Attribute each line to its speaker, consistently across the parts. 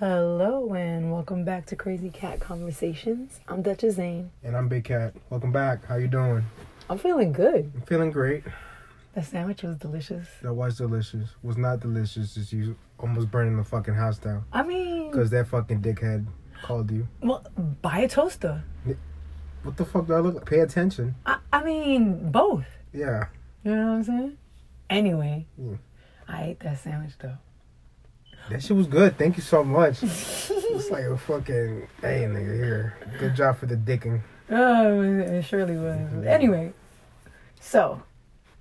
Speaker 1: Hello and welcome back to Crazy Cat Conversations. I'm Duchess Zane.
Speaker 2: And I'm Big Cat. Welcome back. How you doing?
Speaker 1: I'm feeling good.
Speaker 2: I'm feeling great.
Speaker 1: The sandwich was delicious.
Speaker 2: That was delicious. Was not delicious. Just you almost burning the fucking house down
Speaker 1: I mean,
Speaker 2: because that fucking dickhead called you.
Speaker 1: well, buy a toaster.
Speaker 2: What the fuck do I look like? Pay attention.
Speaker 1: I, I mean, both.
Speaker 2: Yeah.
Speaker 1: You know what I'm saying? Anyway,
Speaker 2: Mm.
Speaker 1: I ate that sandwich though.
Speaker 2: That shit was good. Thank you so much. it's like a fucking hey nigga here. Good job for the dicking.
Speaker 1: Oh, it surely was. Anyway, so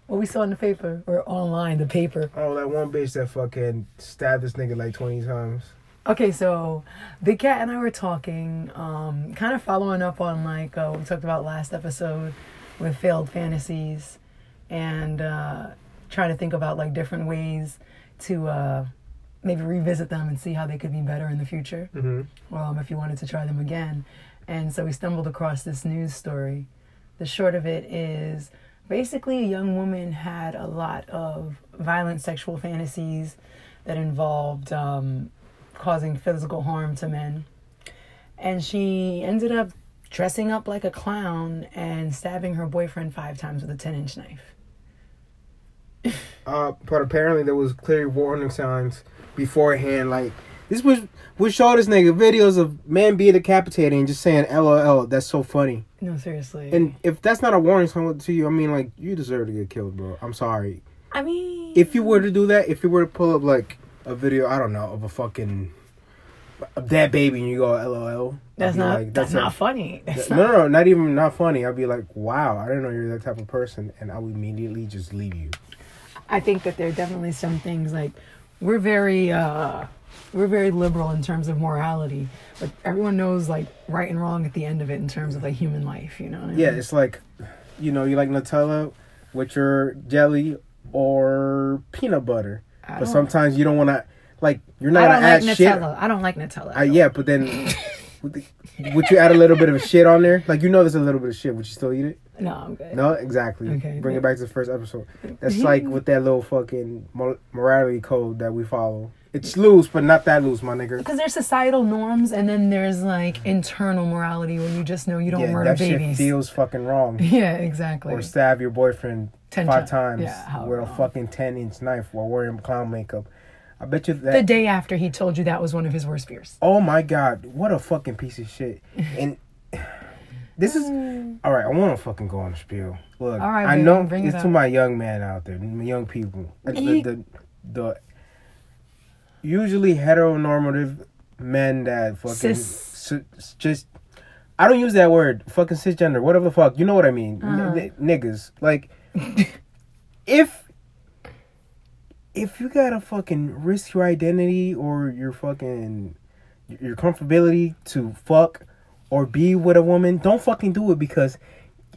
Speaker 1: what we saw in the paper or online, the paper.
Speaker 2: Oh, that one bitch that fucking stabbed this nigga like twenty times.
Speaker 1: Okay, so Big Cat and I were talking, um, kind of following up on like uh, what we talked about last episode with failed fantasies, and uh, trying to think about like different ways to uh, maybe revisit them and see how they could be better in the future.
Speaker 2: Mm-hmm.
Speaker 1: Um, if you wanted to try them again, and so we stumbled across this news story. The short of it is basically a young woman had a lot of violent sexual fantasies that involved um, causing physical harm to men. And she ended up dressing up like a clown and stabbing her boyfriend five times with a 10 inch knife.
Speaker 2: Uh, but apparently there was clear warning signs beforehand. Like this was we showed this nigga videos of man being decapitated and just saying LOL. That's so funny.
Speaker 1: No, seriously.
Speaker 2: And if that's not a warning sign to you, I mean, like you deserve to get killed, bro. I'm sorry.
Speaker 1: I mean,
Speaker 2: If you were to do that, if you were to pull up like a video, I don't know, of a fucking a dead baby, and you go LOL.
Speaker 1: that's
Speaker 2: I'd be
Speaker 1: not
Speaker 2: like,
Speaker 1: that's,
Speaker 2: a-
Speaker 1: not funny. That's
Speaker 2: no,
Speaker 1: not-
Speaker 2: no, no, not even not funny. I'd be like, wow, I didn't know you're that type of person, and I would immediately just leave you.
Speaker 1: I think that there are definitely some things like we're very uh we're very liberal in terms of morality, but everyone knows like right and wrong at the end of it in terms of like human life, you know what I mean?
Speaker 2: Yeah, it's like, you know, you like Nutella with your jelly or peanut butter,
Speaker 1: I
Speaker 2: but
Speaker 1: don't-
Speaker 2: sometimes you don't want to. Like, you're
Speaker 1: I
Speaker 2: not
Speaker 1: don't
Speaker 2: gonna
Speaker 1: like
Speaker 2: add shit.
Speaker 1: Nutella. I don't like Nutella.
Speaker 2: Uh, yeah, but then would the- would you add a little bit of shit on there? Like you know, there's a little bit of shit. Would you still eat it?
Speaker 1: No, I'm good.
Speaker 2: No, exactly.
Speaker 1: Okay.
Speaker 2: Bring it back to the first episode. That's like with that little fucking mor- morality code that we follow. It's loose, but not that loose, my nigga.
Speaker 1: Because there's societal norms, and then there's like internal morality where you just know you don't
Speaker 2: Yeah,
Speaker 1: murder
Speaker 2: that shit
Speaker 1: babies.
Speaker 2: feels fucking wrong.
Speaker 1: yeah, exactly.
Speaker 2: Or stab your boyfriend
Speaker 1: Ten
Speaker 2: five
Speaker 1: times.
Speaker 2: times
Speaker 1: Yeah, how
Speaker 2: with a
Speaker 1: wrong.
Speaker 2: fucking ten inch knife while wearing clown makeup. I bet you
Speaker 1: the
Speaker 2: that.
Speaker 1: day after he told you that was one of his worst fears.
Speaker 2: oh my god, what a fucking piece of shit! And this is all right. I want to fucking go on a spiel. Look,
Speaker 1: Mm. All right,
Speaker 2: I
Speaker 1: babe,
Speaker 2: know
Speaker 1: bring it
Speaker 2: it's to
Speaker 1: up.
Speaker 2: my young man out there, my young people. The,
Speaker 1: Ye-
Speaker 2: the, the usually heteronormative men that fucking
Speaker 1: Cis.
Speaker 2: s- just. I don't use that word, fucking cisgender, whatever the fuck. You know what I mean, N-
Speaker 1: Uh-huh.
Speaker 2: n- niggas. Like, if if you gotta fucking risk your identity or your fucking your comfortability to fuck or be with a woman, don't fucking do it because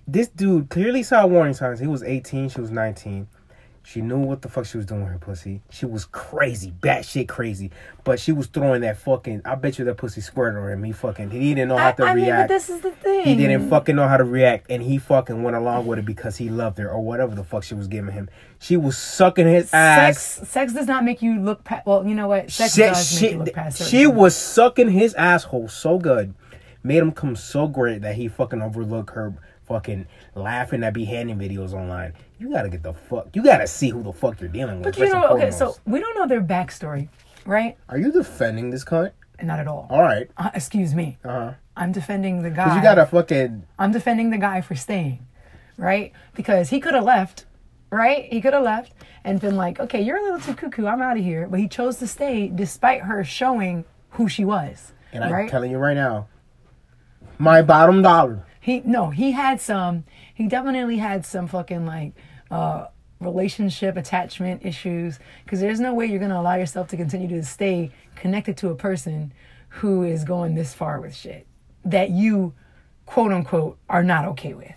Speaker 2: this dude clearly saw warning signs. He was 18, she was 19. She knew what the fuck she was doing with her pussy. She was crazy, batshit crazy. But she was throwing that fucking. I bet you that pussy squirted on him. He fucking. He didn't know how
Speaker 1: I,
Speaker 2: to
Speaker 1: I mean, but
Speaker 2: react.
Speaker 1: this is the thing.
Speaker 2: He didn't fucking know how to react, and he fucking went along with it because he loved her or whatever the fuck she was giving him. She was sucking his
Speaker 1: Sex,
Speaker 2: ass.
Speaker 1: sex does not make you look past. Well, you know what? Sex
Speaker 2: Shit,
Speaker 1: does make you look
Speaker 2: shit,
Speaker 1: past. certain
Speaker 2: she
Speaker 1: things.
Speaker 2: was sucking his asshole so good, made him come so great that he fucking overlooked her fucking laughing at beheading videos online. You gotta get the fuck. You gotta see who the fuck you're dealing with.
Speaker 1: But you
Speaker 2: first
Speaker 1: know,
Speaker 2: and
Speaker 1: what? okay, so
Speaker 2: foremost.
Speaker 1: we don't know their backstory, right?
Speaker 2: are you defending this cunt?
Speaker 1: Not at all.
Speaker 2: All right,
Speaker 1: Uh, excuse me.
Speaker 2: uh huh.
Speaker 1: I'm defending the
Speaker 2: Oh. Cause
Speaker 1: guy.
Speaker 2: you gotta fucking.
Speaker 1: I'm defending the guy for staying, right? Because he could have left, right? He could have left and been like, okay, you're a little too cuckoo. I'm out of here. But he chose to stay despite her showing who she was,
Speaker 2: And I'm
Speaker 1: right?
Speaker 2: telling you right now, my bottom dollar.
Speaker 1: He no, he had some. He definitely had some fucking like uh, relationship attachment issues. Because there's no way you're gonna allow yourself to continue to stay connected to a person who is going this far with shit that you, quote unquote, are not okay with.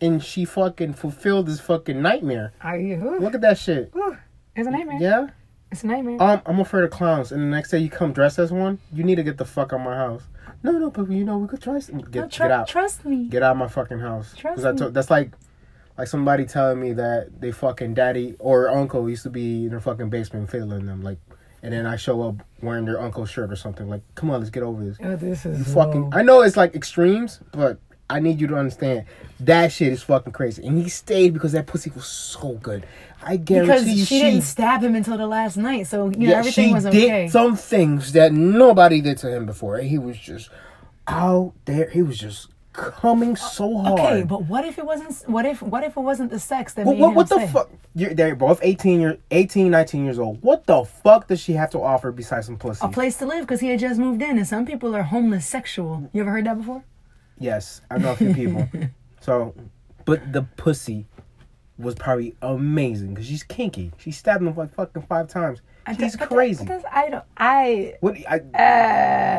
Speaker 2: and she fucking fulfilled this fucking nightmare.
Speaker 1: Are you?
Speaker 2: Look at that shit.
Speaker 1: Ooh, it's a nightmare.
Speaker 2: Yeah?
Speaker 1: It's a nightmare.
Speaker 2: Um, I'm afraid of clowns, and the next day you come dressed as one, you need to get the fuck out of my house. No, no, but you know, we could try some. Get,
Speaker 1: No, tru-
Speaker 2: get out.
Speaker 1: Trust me.
Speaker 2: Get out of my fucking house.
Speaker 1: Trust
Speaker 2: I told-
Speaker 1: me.
Speaker 2: that's like like somebody telling me that they fucking daddy or uncle used to be in their fucking basement fiddling them. Like, and then I show up wearing their uncle's shirt or something. Like, come on, let's get over this.
Speaker 1: Oh, this
Speaker 2: You
Speaker 1: is low.
Speaker 2: fucking. I know it's like extremes, but I need you to understand that shit is fucking crazy. And he stayed because that pussy was so good. I guarantee
Speaker 1: because
Speaker 2: you,
Speaker 1: she,
Speaker 2: she
Speaker 1: didn't stab him until the last night, so you know
Speaker 2: yeah,
Speaker 1: everything
Speaker 2: she
Speaker 1: was
Speaker 2: did
Speaker 1: okay.
Speaker 2: some things that nobody did to him before. He was just out there. He was just coming so hard.
Speaker 1: okay, but what if it wasn't? What if? What if it wasn't the sex that
Speaker 2: What,
Speaker 1: made
Speaker 2: what,
Speaker 1: him
Speaker 2: what the
Speaker 1: say?
Speaker 2: fuck? You're, they're both 18, year, 18, 19 years old. What the fuck does she have to offer besides some pussy?
Speaker 1: A place to live because he had just moved in, and some people are homeless sexual. You ever heard that before?
Speaker 2: yes, I know a few people. So, but the pussy was probably amazing because she's kinky. She stabbed him like fucking five times.
Speaker 1: I
Speaker 2: She's
Speaker 1: just- but that-
Speaker 2: crazy.
Speaker 1: but that's- I don't. I.
Speaker 2: what, I,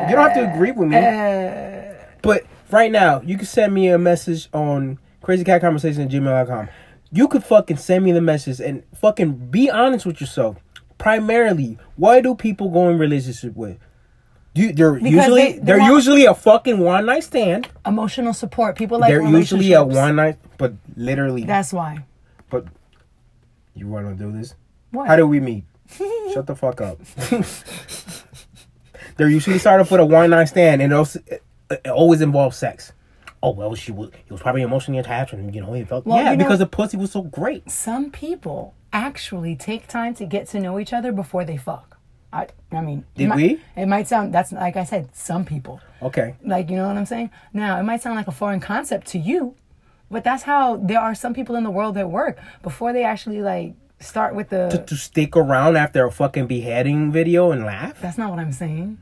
Speaker 2: you don't have to agree with me.
Speaker 1: Uh,
Speaker 2: But right now, you can send me a message on crazycatconversation at gmail.com. You could fucking send me the message and fucking be honest with yourself. Primarily, why do people go in relationship with? You, they're usually
Speaker 1: they-
Speaker 2: they, are
Speaker 1: they want-
Speaker 2: usually a fucking one night stand.
Speaker 1: emotional support. People like
Speaker 2: they're usually a
Speaker 1: relationships.
Speaker 2: one night, but literally,
Speaker 1: That's why.
Speaker 2: but you want to do this?
Speaker 1: What?
Speaker 2: How do we meet? Shut the fuck up. They're usually started off with a one night stand, and it also it, it always involves sex. Oh well, she was he was probably emotionally attached, and you know he felt
Speaker 1: Well,
Speaker 2: yeah
Speaker 1: you know-
Speaker 2: because the pussy was so great.
Speaker 1: some people actually take time to get to know each other before they fuck. I, I mean, it
Speaker 2: Did
Speaker 1: might-
Speaker 2: we?
Speaker 1: It might sound that's like I said, some people.
Speaker 2: Okay,
Speaker 1: Like you know what I'm saying? Now it might sound like a foreign concept to you, but that's how there are some people in the world that work before they actually like start with the.
Speaker 2: to stick around after a fucking beheading video and laugh.
Speaker 1: That's not what I'm saying.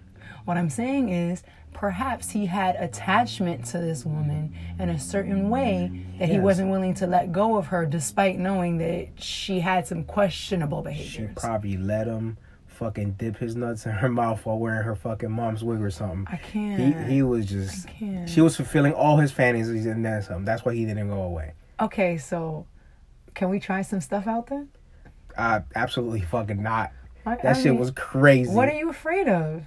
Speaker 1: What I'm saying is perhaps he had attachment to this woman in a certain way that he
Speaker 2: Yes.
Speaker 1: wasn't willing to let go of her, despite knowing that she had some questionable
Speaker 2: She
Speaker 1: behaviors.
Speaker 2: probably let him fucking dip his nuts in her mouth while wearing her fucking mom's wig or something.
Speaker 1: I can't.
Speaker 2: He he was just
Speaker 1: can't.
Speaker 2: she was fulfilling all his fantasies and then some. That's why he didn't go away.
Speaker 1: Okay, so can we try some stuff out then?
Speaker 2: Uh, absolutely fucking not.
Speaker 1: I-
Speaker 2: That
Speaker 1: I
Speaker 2: shit
Speaker 1: mean,
Speaker 2: was crazy.
Speaker 1: What are you afraid of?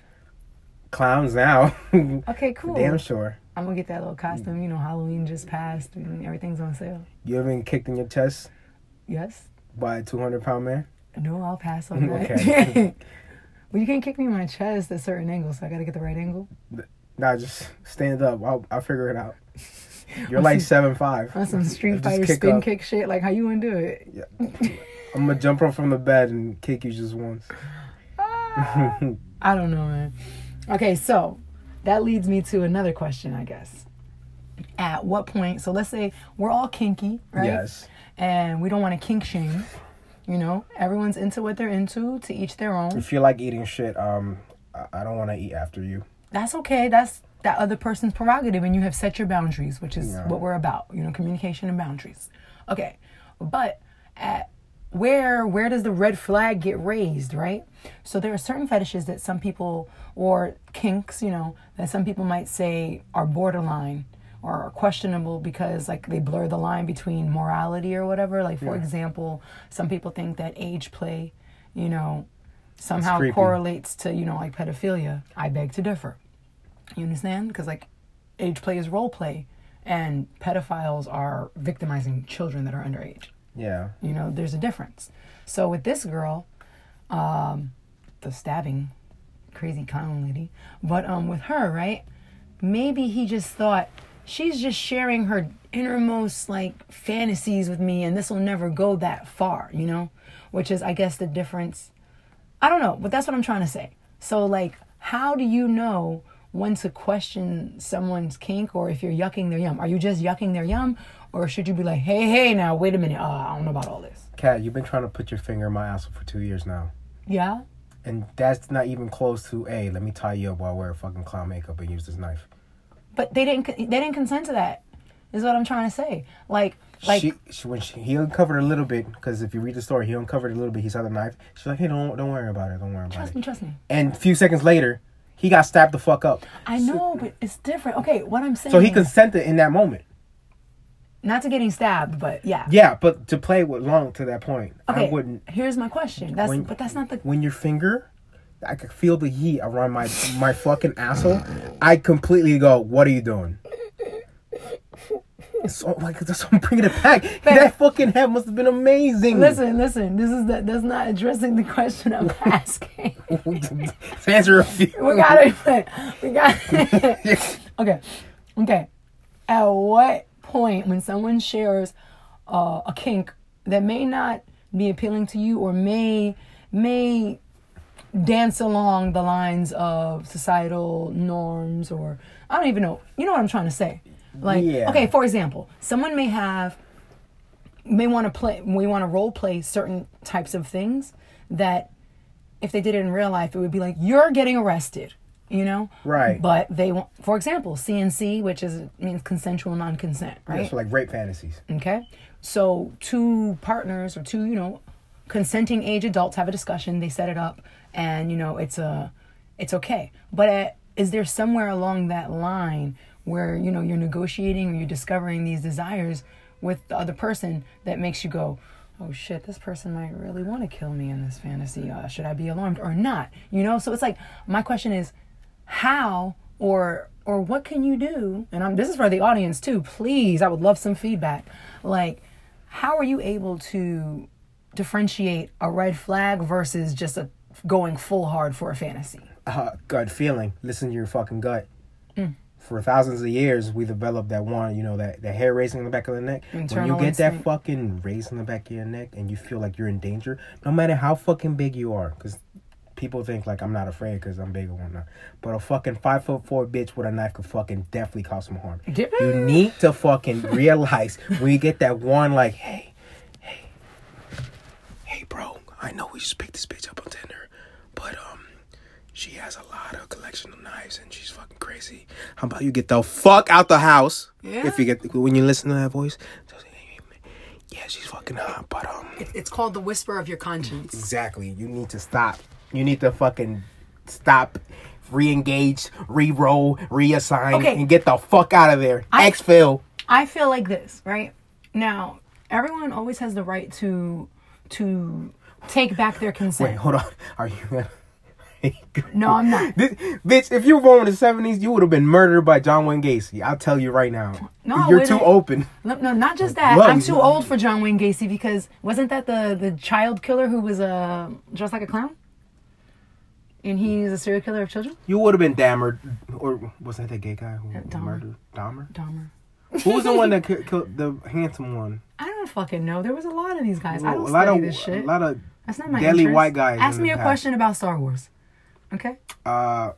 Speaker 2: Clowns now.
Speaker 1: Okay, cool.
Speaker 2: Damn sure.
Speaker 1: I'm gonna get that little costume. You know, Halloween just passed and everything's on sale.
Speaker 2: You ever been kicked in your chest
Speaker 1: Yes?
Speaker 2: by a 200 pound man?
Speaker 1: No, I'll pass on that.
Speaker 2: Okay.
Speaker 1: well, you can't kick me in my chest at certain angles, so I gotta get the right angle.
Speaker 2: Nah, just stand up. I'll, I'll figure it out. You're like seven five.
Speaker 1: On some Street
Speaker 2: Just
Speaker 1: Fighter
Speaker 2: kick
Speaker 1: spin
Speaker 2: up.
Speaker 1: kick shit, like how you gonna do it?
Speaker 2: I'm gonna jump up from the bed and kick you just once.
Speaker 1: Ah, I don't know, man. Okay, so that leads me to another question, I guess. At what point? So let's say we're all kinky, right?
Speaker 2: Yes.
Speaker 1: and we don't want to kink shame. You know, everyone's into what they're into, to each their own.
Speaker 2: If you like eating shit, um, I- I don't want to eat after you.
Speaker 1: That's okay. That's that other person's prerogative, and you have set your boundaries, which is
Speaker 2: Yeah.
Speaker 1: what we're about. You know, communication and boundaries. Okay, but at where where does the red flag get raised, right? So there are certain fetishes that some people or kinks, you know, that some people might say are borderline or are questionable because like they blur the line between morality or whatever. Like for example, some people think that age play, you know, somehow
Speaker 2: creepy.
Speaker 1: correlates to you know like pedophilia. I beg to differ. You understand? Because like age play is role play, and pedophiles are victimizing children that are underage.
Speaker 2: Yeah.
Speaker 1: You know, there's a difference. So with this girl, um, the stabbing, crazy clown lady, but um, with her, right? Maybe he just thought she's just sharing her innermost like fantasies with me, and this will never go that far, you know. Which is, I guess, the difference. I don't know, but that's what I'm trying to say. So like, how do you know? When to question someone's kink, or if you're yucking their yum, are you just yucking their yum, or should you be like, "Hey, hey, now wait a minute, uh, I don't know about all this."
Speaker 2: Kat, you've been trying to put your finger in my asshole for two years now.
Speaker 1: Yeah,
Speaker 2: And that's not even close to, hey, let me tie you up while I wear fucking clown makeup and use this knife.
Speaker 1: but they didn't they didn't consent to that is what i'm trying to say like like
Speaker 2: she, she when she, he uncovered a little bit because if you read the story, he uncovered a little bit. He saw the knife. She's like, "Hey, don't don't worry about it. Don't worry about
Speaker 1: trust
Speaker 2: it."
Speaker 1: me trust me
Speaker 2: And a few seconds later, he got stabbed the fuck up.
Speaker 1: i know but it's different okay what i'm saying
Speaker 2: So he consented in that moment.
Speaker 1: not to getting stabbed but yeah,
Speaker 2: Yeah, but to play with long to that point,
Speaker 1: okay
Speaker 2: I wouldn't.
Speaker 1: here's my question that's
Speaker 2: When-
Speaker 1: but that's not the
Speaker 2: When your finger, I could feel the heat around my my fucking asshole. I completely go, "What are you doing?" So like that's why I'm bringing it back. that fucking hat must have been amazing.
Speaker 1: Listen, listen. This is that. That's not addressing the question I'm asking.
Speaker 2: to answer a few.
Speaker 1: We got it. We got it. okay, okay. At what point when someone shares uh, a kink that may not be appealing to you or may may dance along the lines of societal norms or I don't even know. You know what I'm trying to say? Like,
Speaker 2: Yeah.
Speaker 1: okay, for example, someone may have may want to play we want to role play certain types of things that if they did it in real life it would be like you're getting arrested you know
Speaker 2: Right.
Speaker 1: but they want for example cnc which is means consensual non-consent right
Speaker 2: That's for like rape fantasies.
Speaker 1: Okay. So two partners or two, you know, consenting age adults have a discussion, they set it up and you know, it's a it's okay. But uh is there somewhere along that line where, you know, you're negotiating or you're discovering these desires with the other person that makes you go, "Oh shit, this person might really want to kill me in this fantasy. Uh, should I be alarmed or not?" You know, so it's like my question is how or or what can you do and I'm, this is for the audience too please i would love some feedback like how are you able to differentiate a red flag versus just a going full hard for a fantasy
Speaker 2: Uh, gut feeling. Listen to your fucking gut.
Speaker 1: Mm.
Speaker 2: For thousands of years, we developed that one, you know, that, that hair raising in the back of the neck.
Speaker 1: Internal
Speaker 2: when you get that
Speaker 1: instinct.
Speaker 2: fucking raise in the back of your neck and you feel like you're in danger, no matter how fucking big you are, because people think like I'm not afraid because I'm big or whatnot. But a fucking five foot four bitch with a knife could fucking definitely cause some harm.
Speaker 1: Dip-
Speaker 2: you need to fucking realize when you get that one, like, hey, hey, hey, bro, I know we just picked this bitch up on Tinder, but um, she has a lot of collection of knives and she's fucking crazy. How about you get the fuck out the house? If you get when you listen to that voice, just, "Hey, yeah, she's fucking hot, but um,
Speaker 1: it's called the whisper of your conscience
Speaker 2: exactly. You need to stop. You need to fucking stop. Re-engage, re-roll, reassign,
Speaker 1: Okay.
Speaker 2: and get the fuck out of there.
Speaker 1: I-
Speaker 2: Exfil.
Speaker 1: i feel like this right now everyone always has the right to to take back their consent
Speaker 2: Wait, hold on. Are you gonna?
Speaker 1: no i'm not
Speaker 2: This, bitch, if you were born in the seventies, you would have been murdered by John Wayne Gacy. I'll tell you right now.
Speaker 1: No, I
Speaker 2: you're too
Speaker 1: wouldn't.
Speaker 2: open.
Speaker 1: No, no, not just that.
Speaker 2: Whoa,
Speaker 1: I'm too
Speaker 2: you-
Speaker 1: old for John Wayne Gacy because wasn't that the the child killer who was uh, dressed like a clown? And he's a serial killer of children.
Speaker 2: You would have been Dahmer, or was that that gay guy who
Speaker 1: Dahmer.
Speaker 2: murdered Dahmer?
Speaker 1: Dahmer.
Speaker 2: who was the one that ki- killed the handsome one?
Speaker 1: I don't fucking know. There was a lot of these guys. I
Speaker 2: a
Speaker 1: don't
Speaker 2: lot
Speaker 1: study
Speaker 2: of
Speaker 1: this shit.
Speaker 2: a lot of
Speaker 1: That's not my
Speaker 2: deli
Speaker 1: interest.
Speaker 2: white guys.
Speaker 1: Ask
Speaker 2: in
Speaker 1: me
Speaker 2: the
Speaker 1: a
Speaker 2: past.
Speaker 1: question about Star Wars. Okay.
Speaker 2: Uh,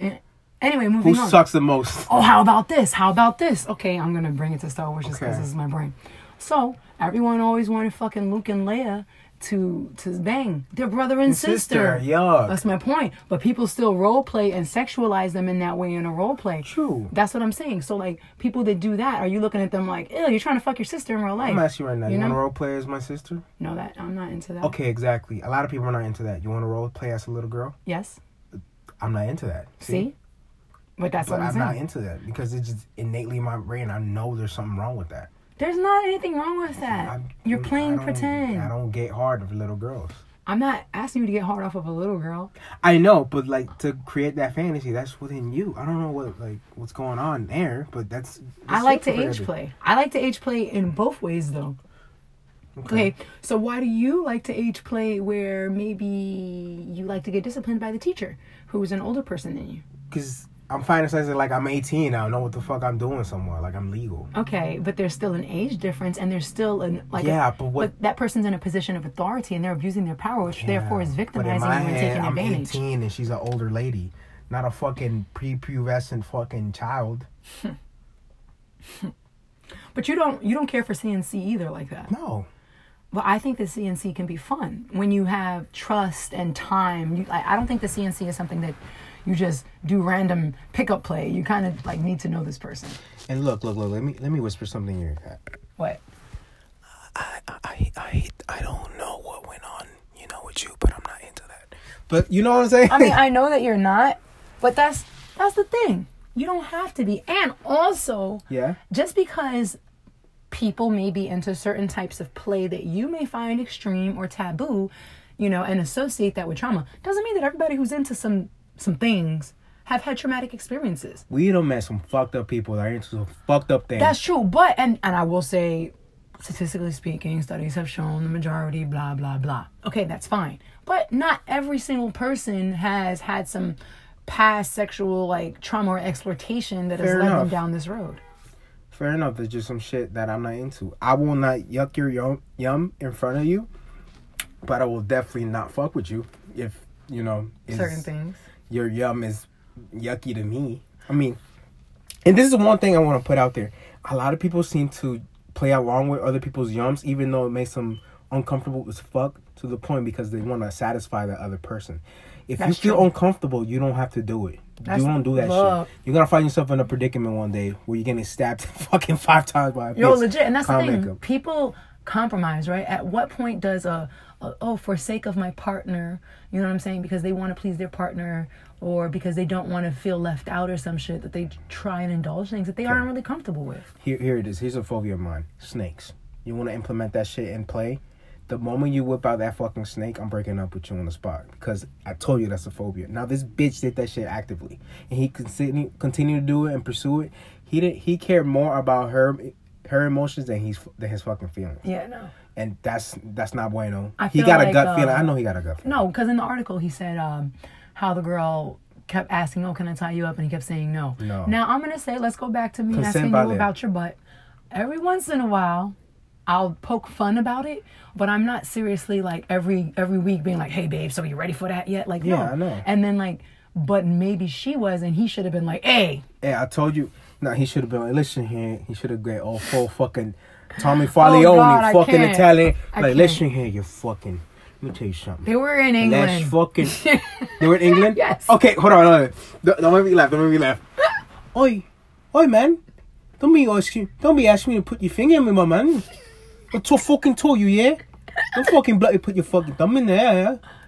Speaker 1: Eh, Anyway, moving
Speaker 2: who
Speaker 1: on.
Speaker 2: sucks the most?
Speaker 1: oh, how about this? How about this? Okay, I'm gonna bring it to Star Wars just because
Speaker 2: Okay.
Speaker 1: this is my brain. So everyone always wanted fucking Luke and Leia to to bang. They're brother and sister.
Speaker 2: Sister, yuck.
Speaker 1: That's my point. But people still role play and sexualize them in that way in a role play.
Speaker 2: True.
Speaker 1: That's what I'm saying. So like people that do that, are you looking at them like, ew, you're trying to fuck your sister in real life?
Speaker 2: I'm asking you right now. You,
Speaker 1: You
Speaker 2: want to
Speaker 1: know?
Speaker 2: role play as my sister?
Speaker 1: No, that I'm not into that.
Speaker 2: Okay, exactly. A lot of people are not into that. You want to role play as a little girl?
Speaker 1: Yes.
Speaker 2: I'm not into that.
Speaker 1: See? But that's
Speaker 2: But
Speaker 1: what I'm,
Speaker 2: I'm
Speaker 1: saying.
Speaker 2: not into that because it's just innately in my brain. I know there's something wrong with that.
Speaker 1: There's not anything wrong with that.
Speaker 2: I'm,
Speaker 1: you're
Speaker 2: I
Speaker 1: playing
Speaker 2: don't-
Speaker 1: pretend.
Speaker 2: I don't get hard for little girls.
Speaker 1: I'm not asking you to get hard off of a little girl.
Speaker 2: I know, but like to create that fantasy, that's within you. I don't know what like what's going on there, but that's.
Speaker 1: I like to age
Speaker 2: age
Speaker 1: play. I like to age play in both ways though. Okay. so why do you like to age play where maybe you like to get disciplined by the teacher who is an older person than you?
Speaker 2: because I'm fantasizing like I'm 18. I know what the fuck I'm doing somewhere. Like I'm legal.
Speaker 1: Okay, but there's still an age difference and there's still an like a-
Speaker 2: Yeah, but what-
Speaker 1: that person's in a position of authority and they're abusing their power, which therefore is
Speaker 2: Yeah.
Speaker 1: victimizing you
Speaker 2: But in
Speaker 1: and
Speaker 2: my head,
Speaker 1: taking
Speaker 2: I'm
Speaker 1: advantage.
Speaker 2: 18 and she's an older lady, not a fucking prepubescent fucking child.
Speaker 1: But you don't you don't care for CNC either like that.
Speaker 2: No.
Speaker 1: But I think the CNC can be fun when you have trust and time. You, like, I don't think the CNC is something that you just do random pickup play. You kind of like need to know this person.
Speaker 2: And look, look, look. Let me let me whisper something in your ear.
Speaker 1: What?
Speaker 2: I, I, I, I don't know what went on, you know, with you, but I'm not into that. But you know what I'm saying?
Speaker 1: I mean, I know that you're not, but that's that's the thing. You don't have to be. And also,
Speaker 2: Yeah.
Speaker 1: just because people may be into certain types of play that you may find extreme or taboo, you know, and associate that with trauma, doesn't mean that everybody who's into some some things have had traumatic experiences.
Speaker 2: We don't met some fucked up people that are into some fucked up things.
Speaker 1: That's true, but and and I will say, statistically speaking, studies have shown the majority blah blah blah. Okay, that's fine, but not every single person has had some past sexual like trauma or exploitation that
Speaker 2: Fair
Speaker 1: has led them
Speaker 2: enough.
Speaker 1: down this road.
Speaker 2: Fair enough. There's just some shit that I'm not into. I will not yuck your yum, yum in front of you, but I will definitely not fuck with you if you know is-
Speaker 1: Certain things.
Speaker 2: your yum is yucky to me. I mean, and this is one thing I want to put out there. A lot of people seem to play along with other people's yums, even though it makes them uncomfortable as fuck to the point because they want to satisfy the other person. If
Speaker 1: That's
Speaker 2: you feel
Speaker 1: true.
Speaker 2: uncomfortable, you don't have to do it.
Speaker 1: That's
Speaker 2: you don't do that
Speaker 1: love.
Speaker 2: shit. You're gonna find yourself in a predicament one day where you're getting stabbed fucking five times by a
Speaker 1: Yo,
Speaker 2: bitch.
Speaker 1: legit, and that's the
Speaker 2: Calm
Speaker 1: thing.
Speaker 2: back up.
Speaker 1: People compromise, right? At what point does a, a oh, for sake of my partner, you know what I'm saying? Because they want to please their partner, or because they don't want to feel left out or some shit that they try and indulge things that they aren't really comfortable with.
Speaker 2: Here, here it is. Here's a phobia of mine: snakes. You want to implement that shit in play? The moment you whip out that fucking snake, I'm breaking up with you on the spot because I told you that's a phobia. Now this bitch did that shit actively, and he continue continue to do it and pursue it. He did. He cared more about her her emotions than he's than his fucking feelings,
Speaker 1: Yeah, no.
Speaker 2: and that's that's not bueno.
Speaker 1: I
Speaker 2: He
Speaker 1: feel
Speaker 2: got a
Speaker 1: like,
Speaker 2: gut
Speaker 1: uh,
Speaker 2: feeling. I know he got a gut feeling.
Speaker 1: No, because in the article he said um, how the girl kept asking, "Oh, can I tie you up?" and he kept saying no.
Speaker 2: No.
Speaker 1: Now I'm gonna say, let's go back to me
Speaker 2: Consent
Speaker 1: asking you
Speaker 2: violation.
Speaker 1: about your butt. Every once in a while, I'll poke fun about it, but I'm not seriously like every every week being like, "Hey, babe, so you ready for that yet?" Like, no.
Speaker 2: Yeah, I know.
Speaker 1: And then like, but maybe she was, and he should have been like, "Hey,
Speaker 2: Yeah, I told you. No, he should have been. Listen here, he should have got all full fucking Tommy Farleone,
Speaker 1: Oh, God, I
Speaker 2: fucking
Speaker 1: can't.
Speaker 2: Italian.
Speaker 1: I
Speaker 2: like,
Speaker 1: can't.
Speaker 2: listen here, you fucking. Let me tell you something.
Speaker 1: they were in
Speaker 2: Let's
Speaker 1: England."
Speaker 2: fucking. they were in England.
Speaker 1: Yes.
Speaker 2: Okay, hold on. Hold on. Don't, don't make me laugh. Don't make me laugh. Oi, oi, man. Don't be asking. Don't be asking me to put your finger in me, my man. I to fucking told you, yeah. Don't fucking bloody put your fucking thumb in there.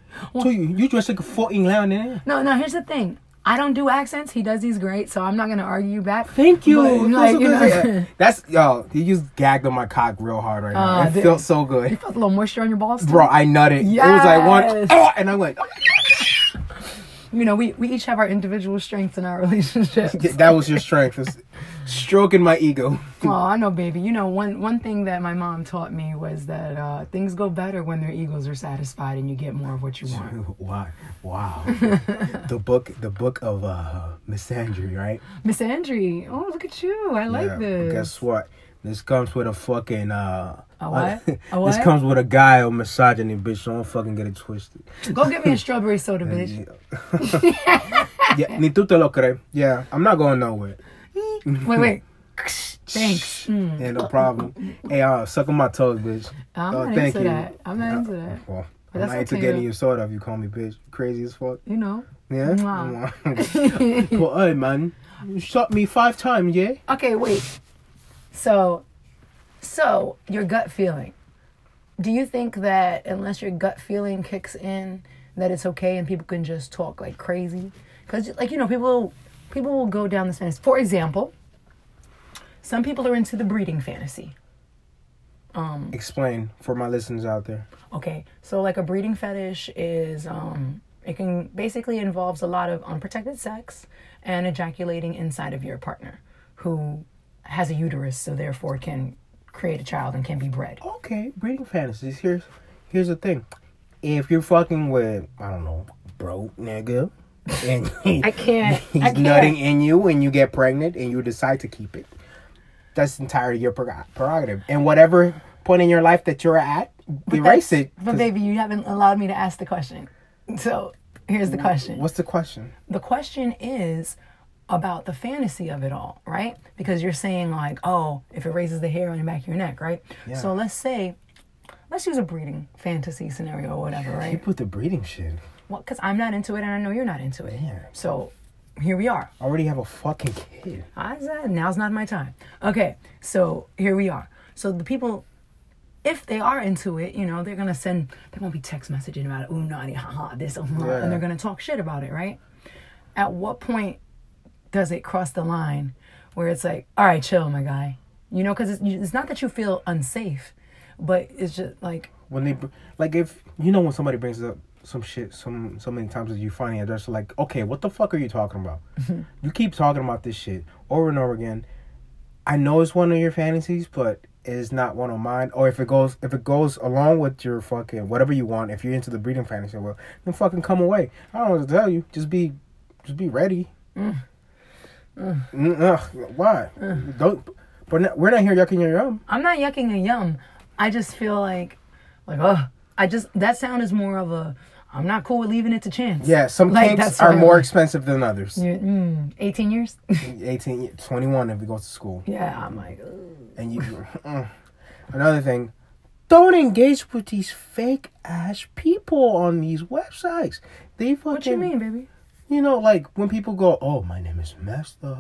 Speaker 2: Yeah? Told you, you dress like a fourteen clown in there.
Speaker 1: No, no. Here's the thing. I don't do accents. He does these great, so I'm not gonna argue back.
Speaker 2: Thank you.
Speaker 1: But,
Speaker 2: It
Speaker 1: like,
Speaker 2: feels so
Speaker 1: you
Speaker 2: good.
Speaker 1: know-
Speaker 2: That's yo. You just gagged on my cock real hard right now.
Speaker 1: Ah,
Speaker 2: it
Speaker 1: dude.
Speaker 2: felt so
Speaker 1: You
Speaker 2: good,
Speaker 1: felt a little moisture on your balls, too?
Speaker 2: bro. I nutted. It was like one,
Speaker 1: Yes.
Speaker 2: oh, and I went.
Speaker 1: you know, we, we each have our individual strengths in our relationships.
Speaker 2: Th- That was your strength. It was stroking my ego.
Speaker 1: Oh, I know, baby. You know, one one thing that my mom taught me was that uh, things go better when their egos are satisfied and you get more of what you want.
Speaker 2: Why? Wow. the book, the book of uh, Miss Andrew, right?
Speaker 1: Miss Andre, oh look at you! I like this.
Speaker 2: Guess what? This comes with a fucking uh.
Speaker 1: A what? A
Speaker 2: this
Speaker 1: what?
Speaker 2: comes with a guy or misogyny, bitch. So don't fucking get it twisted.
Speaker 1: Go get me a strawberry soda, bitch.
Speaker 2: yeah, ni tú te lo crees. Yeah, I'm not going nowhere.
Speaker 1: Wait, wait. Thanks. Mm.
Speaker 2: Yeah, no problem. Hey, uh, suck on my toes, bitch.
Speaker 1: I'm
Speaker 2: Oh,
Speaker 1: not
Speaker 2: thank
Speaker 1: into
Speaker 2: you. Uh,
Speaker 1: that. I'm not into that.
Speaker 2: Well,
Speaker 1: But
Speaker 2: I'm
Speaker 1: that's
Speaker 2: not into
Speaker 1: okay,
Speaker 2: getting
Speaker 1: though.
Speaker 2: your sword off. You call me bitch. Crazy as fuck.
Speaker 1: You know.
Speaker 2: Yeah.
Speaker 1: Mwah.
Speaker 2: well, hey man, you shot me five times. Yeah.
Speaker 1: Okay, wait. So, so your gut feeling. Do you think that unless your gut feeling kicks in, that it's okay and people can just talk like crazy? Because, like you know, people people will go down this fantasy. For example, some people are into the breeding fantasy.
Speaker 2: Explain for my listeners out there.
Speaker 1: Okay, so like a breeding fetish is um, it can basically involves a lot of unprotected sex and ejaculating inside of your partner, who has a uterus, so therefore can create a child and can be bred.
Speaker 2: Okay, breeding fantasies. Here's here's the thing. If you're fucking with I don't know, broke nigga, and
Speaker 1: I can't.
Speaker 2: he's
Speaker 1: I can't.
Speaker 2: nutting in you, and you get pregnant, and you decide to keep it. That's entirely your prerog- prerogative, and whatever point in your life that you're at, erase it.
Speaker 1: But
Speaker 2: 'cause-
Speaker 1: baby, you haven't allowed me to ask the question. So here's the question.
Speaker 2: What's the question?
Speaker 1: the question is about the fantasy of it all, right? Because you're saying like, oh, if it raises the hair on the back of your neck, right? So let's say, let's use a breeding fantasy scenario or whatever,
Speaker 2: You
Speaker 1: right?
Speaker 2: put the breeding shit.
Speaker 1: Well, because I'm not into it, and I know you're not into it.
Speaker 2: Yeah.
Speaker 1: So here we are.
Speaker 2: I already have a fucking kid.
Speaker 1: I said, now's not my time. Okay, so here we are. So the people, if they are into it, you know, they're gonna send, they're gonna be text messaging about it, ooh, naughty, haha, this, oh, blah,"
Speaker 2: Yeah.
Speaker 1: and they're gonna talk shit about it, right? At what point does it cross the line where it's like, all right, chill, my guy? You know, because it's, you- it's not that you feel unsafe, but it's just like,
Speaker 2: When they br- like, if you know when somebody brings up some shit some so many times that you finally address it, like, okay, what the fuck are you talking about? you keep talking about this shit over and over again. I know it's one of your fantasies, but it's not one of mine. Or if it goes if it goes along with your fucking whatever you want, if you're into the breeding fantasy, well, then fucking come away. I don't know what to tell you. Just be just be ready. Mm, ugh, why?
Speaker 1: Mm.
Speaker 2: Don't but not, we're not here yucking your yum.
Speaker 1: I'm not yucking a yum. I just feel like, like, oh, I just that sound is more of a. I'm not cool with leaving it to chance.
Speaker 2: Yeah, some
Speaker 1: Like,
Speaker 2: kinks
Speaker 1: that's
Speaker 2: are
Speaker 1: where-
Speaker 2: more expensive than others.
Speaker 1: Yeah, mm, 18 years.
Speaker 2: 18, 21 if it goes to school.
Speaker 1: yeah, I'm like, ugh.
Speaker 2: And you, Mm. another thing, don't engage with these fake ass people on these websites. They fucking,
Speaker 1: what you mean, baby?
Speaker 2: You know, like when people go, "Oh, my name is messed up."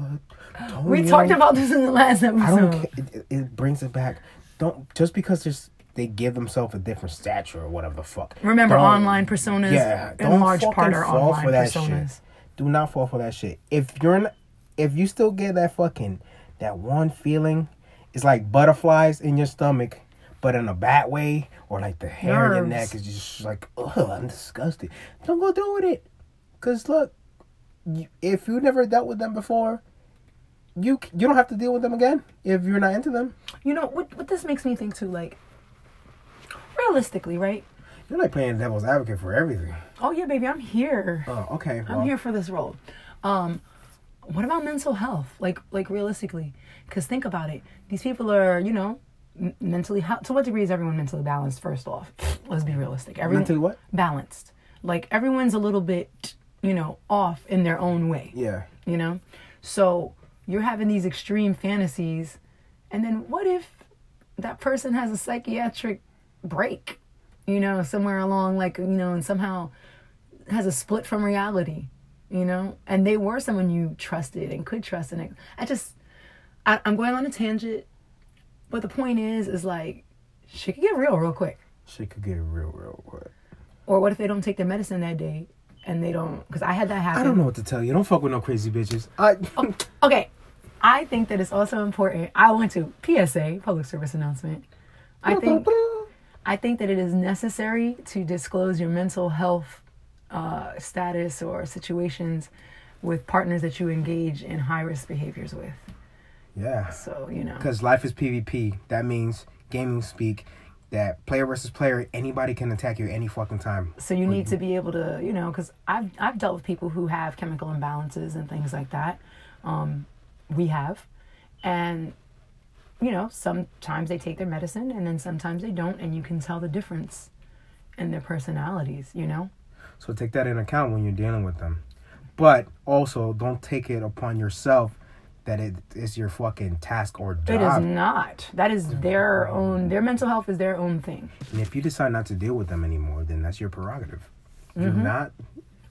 Speaker 2: Don't
Speaker 1: We
Speaker 2: you-
Speaker 1: talked about this in the last episode.
Speaker 2: Mm. I don't care. It, it brings it back. Don't just because there's they give themselves a different stature or whatever the fuck.
Speaker 1: Remember,
Speaker 2: Don't-
Speaker 1: online personas in large
Speaker 2: fucking
Speaker 1: part are online
Speaker 2: shit.
Speaker 1: personas.
Speaker 2: Do not fall for that shit. If you're not, if you still get that fucking that one feeling, it's like butterflies in your stomach, but in a bad way, or like the hair in your
Speaker 1: Nerves.
Speaker 2: neck is just like, ugh, I'm disgusted. Don't go through with it, cause look, you- if you never dealt with them before, you c- you don't have to deal with them again if you're not into them.
Speaker 1: You know what? What this makes me think too, like, realistically, right?
Speaker 2: You're like playing devil's advocate for everything.
Speaker 1: Oh yeah, baby, I'm here.
Speaker 2: Oh, okay.
Speaker 1: I'm
Speaker 2: well,
Speaker 1: here for this role. Um, what about mental health? Like, like realistically, because think about it. These people are, you know, m- mentally. How, to what degree is everyone mentally balanced? First off, let's be realistic. Everyone
Speaker 2: Mentally what?
Speaker 1: Balanced. Like everyone's a little bit, you know, off in their own way.
Speaker 2: Yeah.
Speaker 1: You know, so you're having these extreme fantasies, and then what if that person has a psychiatric break? You know, somewhere along, like you know, and somehow has a split from reality, you know? And they were someone you trusted and could trust. And I, I just, I, I'm going on a tangent, but the point is, is like, shit could get real real quick.
Speaker 2: Shit could get real, real quick.
Speaker 1: Or what if they don't take their medicine that day and they don't, because I had that happen.
Speaker 2: I don't know what to tell you. Don't fuck with no crazy bitches. I
Speaker 1: Oh, Okay, I think that it's also important. I want to, PSA, public service announcement. I think I think that it is necessary to disclose your mental health uh, status or situations with partners that you engage in high risk behaviors with.
Speaker 2: yeah,
Speaker 1: So, you know.
Speaker 2: because life is PvP. That means gaming speak. That player versus player, anybody can attack you any fucking time.
Speaker 1: So you need to be able to, you know, because I've, I've dealt with people who have chemical imbalances and things like that. Um, we have. And, you know, sometimes they take their medicine and then sometimes they don't. And you can tell the difference in their personalities, you know?
Speaker 2: So take that in account when you're dealing with them. But also, don't take it upon yourself that it is your fucking task or
Speaker 1: It is
Speaker 2: job.
Speaker 1: not. That is their own. Their mental health is their own thing.
Speaker 2: and if you decide not to deal with them anymore, then that's your prerogative. You're
Speaker 1: Mm-hmm.
Speaker 2: not.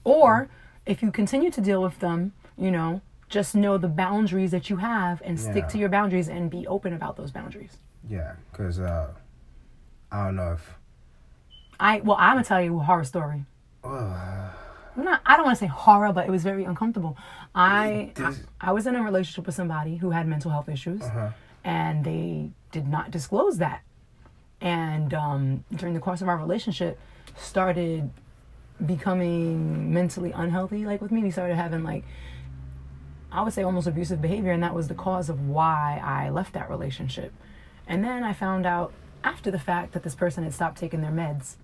Speaker 1: Or if you continue to deal with them, you know, just know the boundaries that you have and stick
Speaker 2: Yeah.
Speaker 1: to your boundaries and be open about those boundaries.
Speaker 2: Yeah, because uh, I don't know if.
Speaker 1: I well, I'm gonna tell you a horror story.
Speaker 2: Ugh.
Speaker 1: I'm not, I don't want to say horror, but it was very uncomfortable. I, I
Speaker 2: Does-
Speaker 1: I was in a relationship with somebody who had mental health issues, and they did not disclose that. And um, during the course of our relationship, started becoming mentally unhealthy. Like with me, we started having like I would say almost abusive behavior, and that was the cause of why I left that relationship. And then I found out after the fact that this person had stopped taking their meds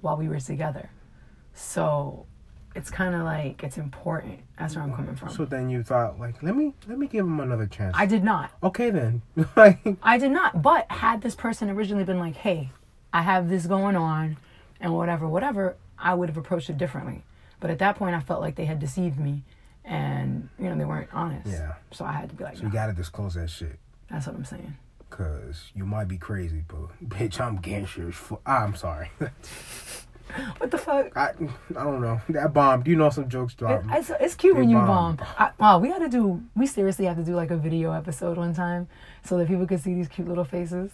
Speaker 1: while we were together. So it's kind of like it's important. That's where I'm coming from.
Speaker 2: So then you thought, like, let me let me give him another chance.
Speaker 1: I did not.
Speaker 2: okay then. like,
Speaker 1: I did not. But had this person originally been like, hey, I have this going on and whatever, whatever, I would have approached it differently. But at that point, I felt like they had deceived me and, you know, they weren't honest.
Speaker 2: Yeah.
Speaker 1: So I had to be like,
Speaker 2: so you
Speaker 1: "No."
Speaker 2: gotta disclose that shit,
Speaker 1: that's what I'm saying.
Speaker 2: cause you might be crazy, but bitch, I'm gangster. as fu- I'm sorry.
Speaker 1: What the fuck?
Speaker 2: I I don't know that bomb. You know some jokes drop.
Speaker 1: It's, it's cute
Speaker 2: they
Speaker 1: when you
Speaker 2: bomb.
Speaker 1: bomb. I, wow, we gotta do. We seriously have to do like a video episode one time so that people can see these cute little faces.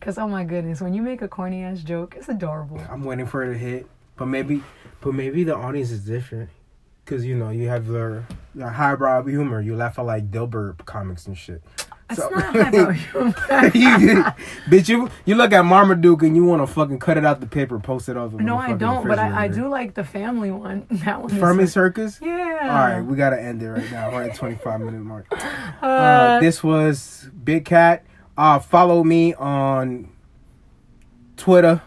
Speaker 1: Cause oh my goodness, when you make a corny ass joke, it's adorable.
Speaker 2: I'm waiting for it to hit, but maybe, but maybe the audience is different, cause you know you have their, their highbrow humor. You laugh at like Dilbert comics and shit.
Speaker 1: That's
Speaker 2: So-
Speaker 1: not high value.
Speaker 2: you, bitch, you you look at Marmaduke and you want to fucking cut it out the paper, post it off.
Speaker 1: no, I don't. But I, I do like the family one. That one. is-
Speaker 2: Fermi Circus.
Speaker 1: Yeah.
Speaker 2: All right, we gotta end it right now. We're at twenty five minute mark.
Speaker 1: Uh,
Speaker 2: Uh, this was Big Cat. Uh, follow me on Twitter.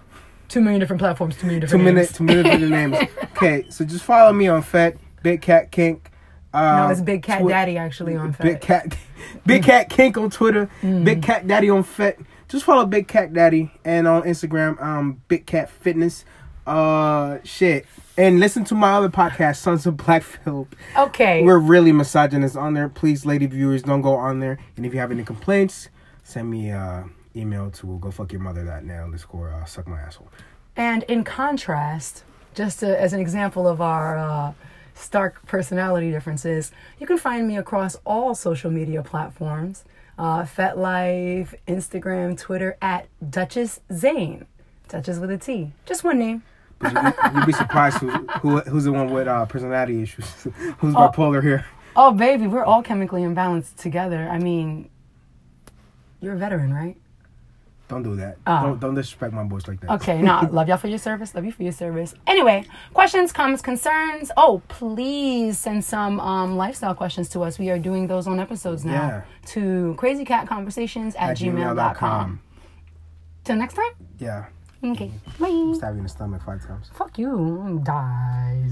Speaker 1: two million different platforms. Two million
Speaker 2: Two
Speaker 1: different.
Speaker 2: minute,
Speaker 1: names.
Speaker 2: two minute video names. Okay, so just follow me on Fat Big Cat Kink. Uh,
Speaker 1: No, it's Big Cat
Speaker 2: Twi-
Speaker 1: Daddy actually on
Speaker 2: Big
Speaker 1: Fat. Mm.
Speaker 2: Cat, Big Cat Kink on Twitter, Big Cat Daddy on Fet. Just follow Big Cat Daddy and on Instagram, um, Big Cat Fitness. Uh, shit, and listen to my other podcast, Sons of Black Phillip.
Speaker 1: Okay.
Speaker 2: We're really misogynist on there. Please, lady viewers, don't go on there. And if you have any complaints, send me uh email to go fuck your mother that now underscore uh, suck my asshole.
Speaker 1: And in contrast, just to, as an example of our uh, stark personality differences, you can find me across all social media platforms uh, FetLife, Instagram, Twitter, at Duchess Zane. Duchess with a T. Just one name.
Speaker 2: But you, you'd be surprised who, who who's the one with uh personality issues. who's bipolar here?
Speaker 1: Oh, baby, we're all chemically imbalanced together. I mean, you're a veteran, right?
Speaker 2: Don't do that.
Speaker 1: Oh.
Speaker 2: Don't don't disrespect my voice like that.
Speaker 1: Okay, nah, love y'all for your service. Love you for your service. Anyway, questions, comments, concerns. Oh, please send some um, lifestyle questions to us. We are doing those on episodes
Speaker 2: Yeah.
Speaker 1: now to crazycatconversations at,
Speaker 2: At
Speaker 1: gmail.com.
Speaker 2: gmail.com.
Speaker 1: Till next time.
Speaker 2: Yeah.
Speaker 1: Okay. Bye.
Speaker 2: Stab you in the stomach five times.
Speaker 1: Fuck you. Dies.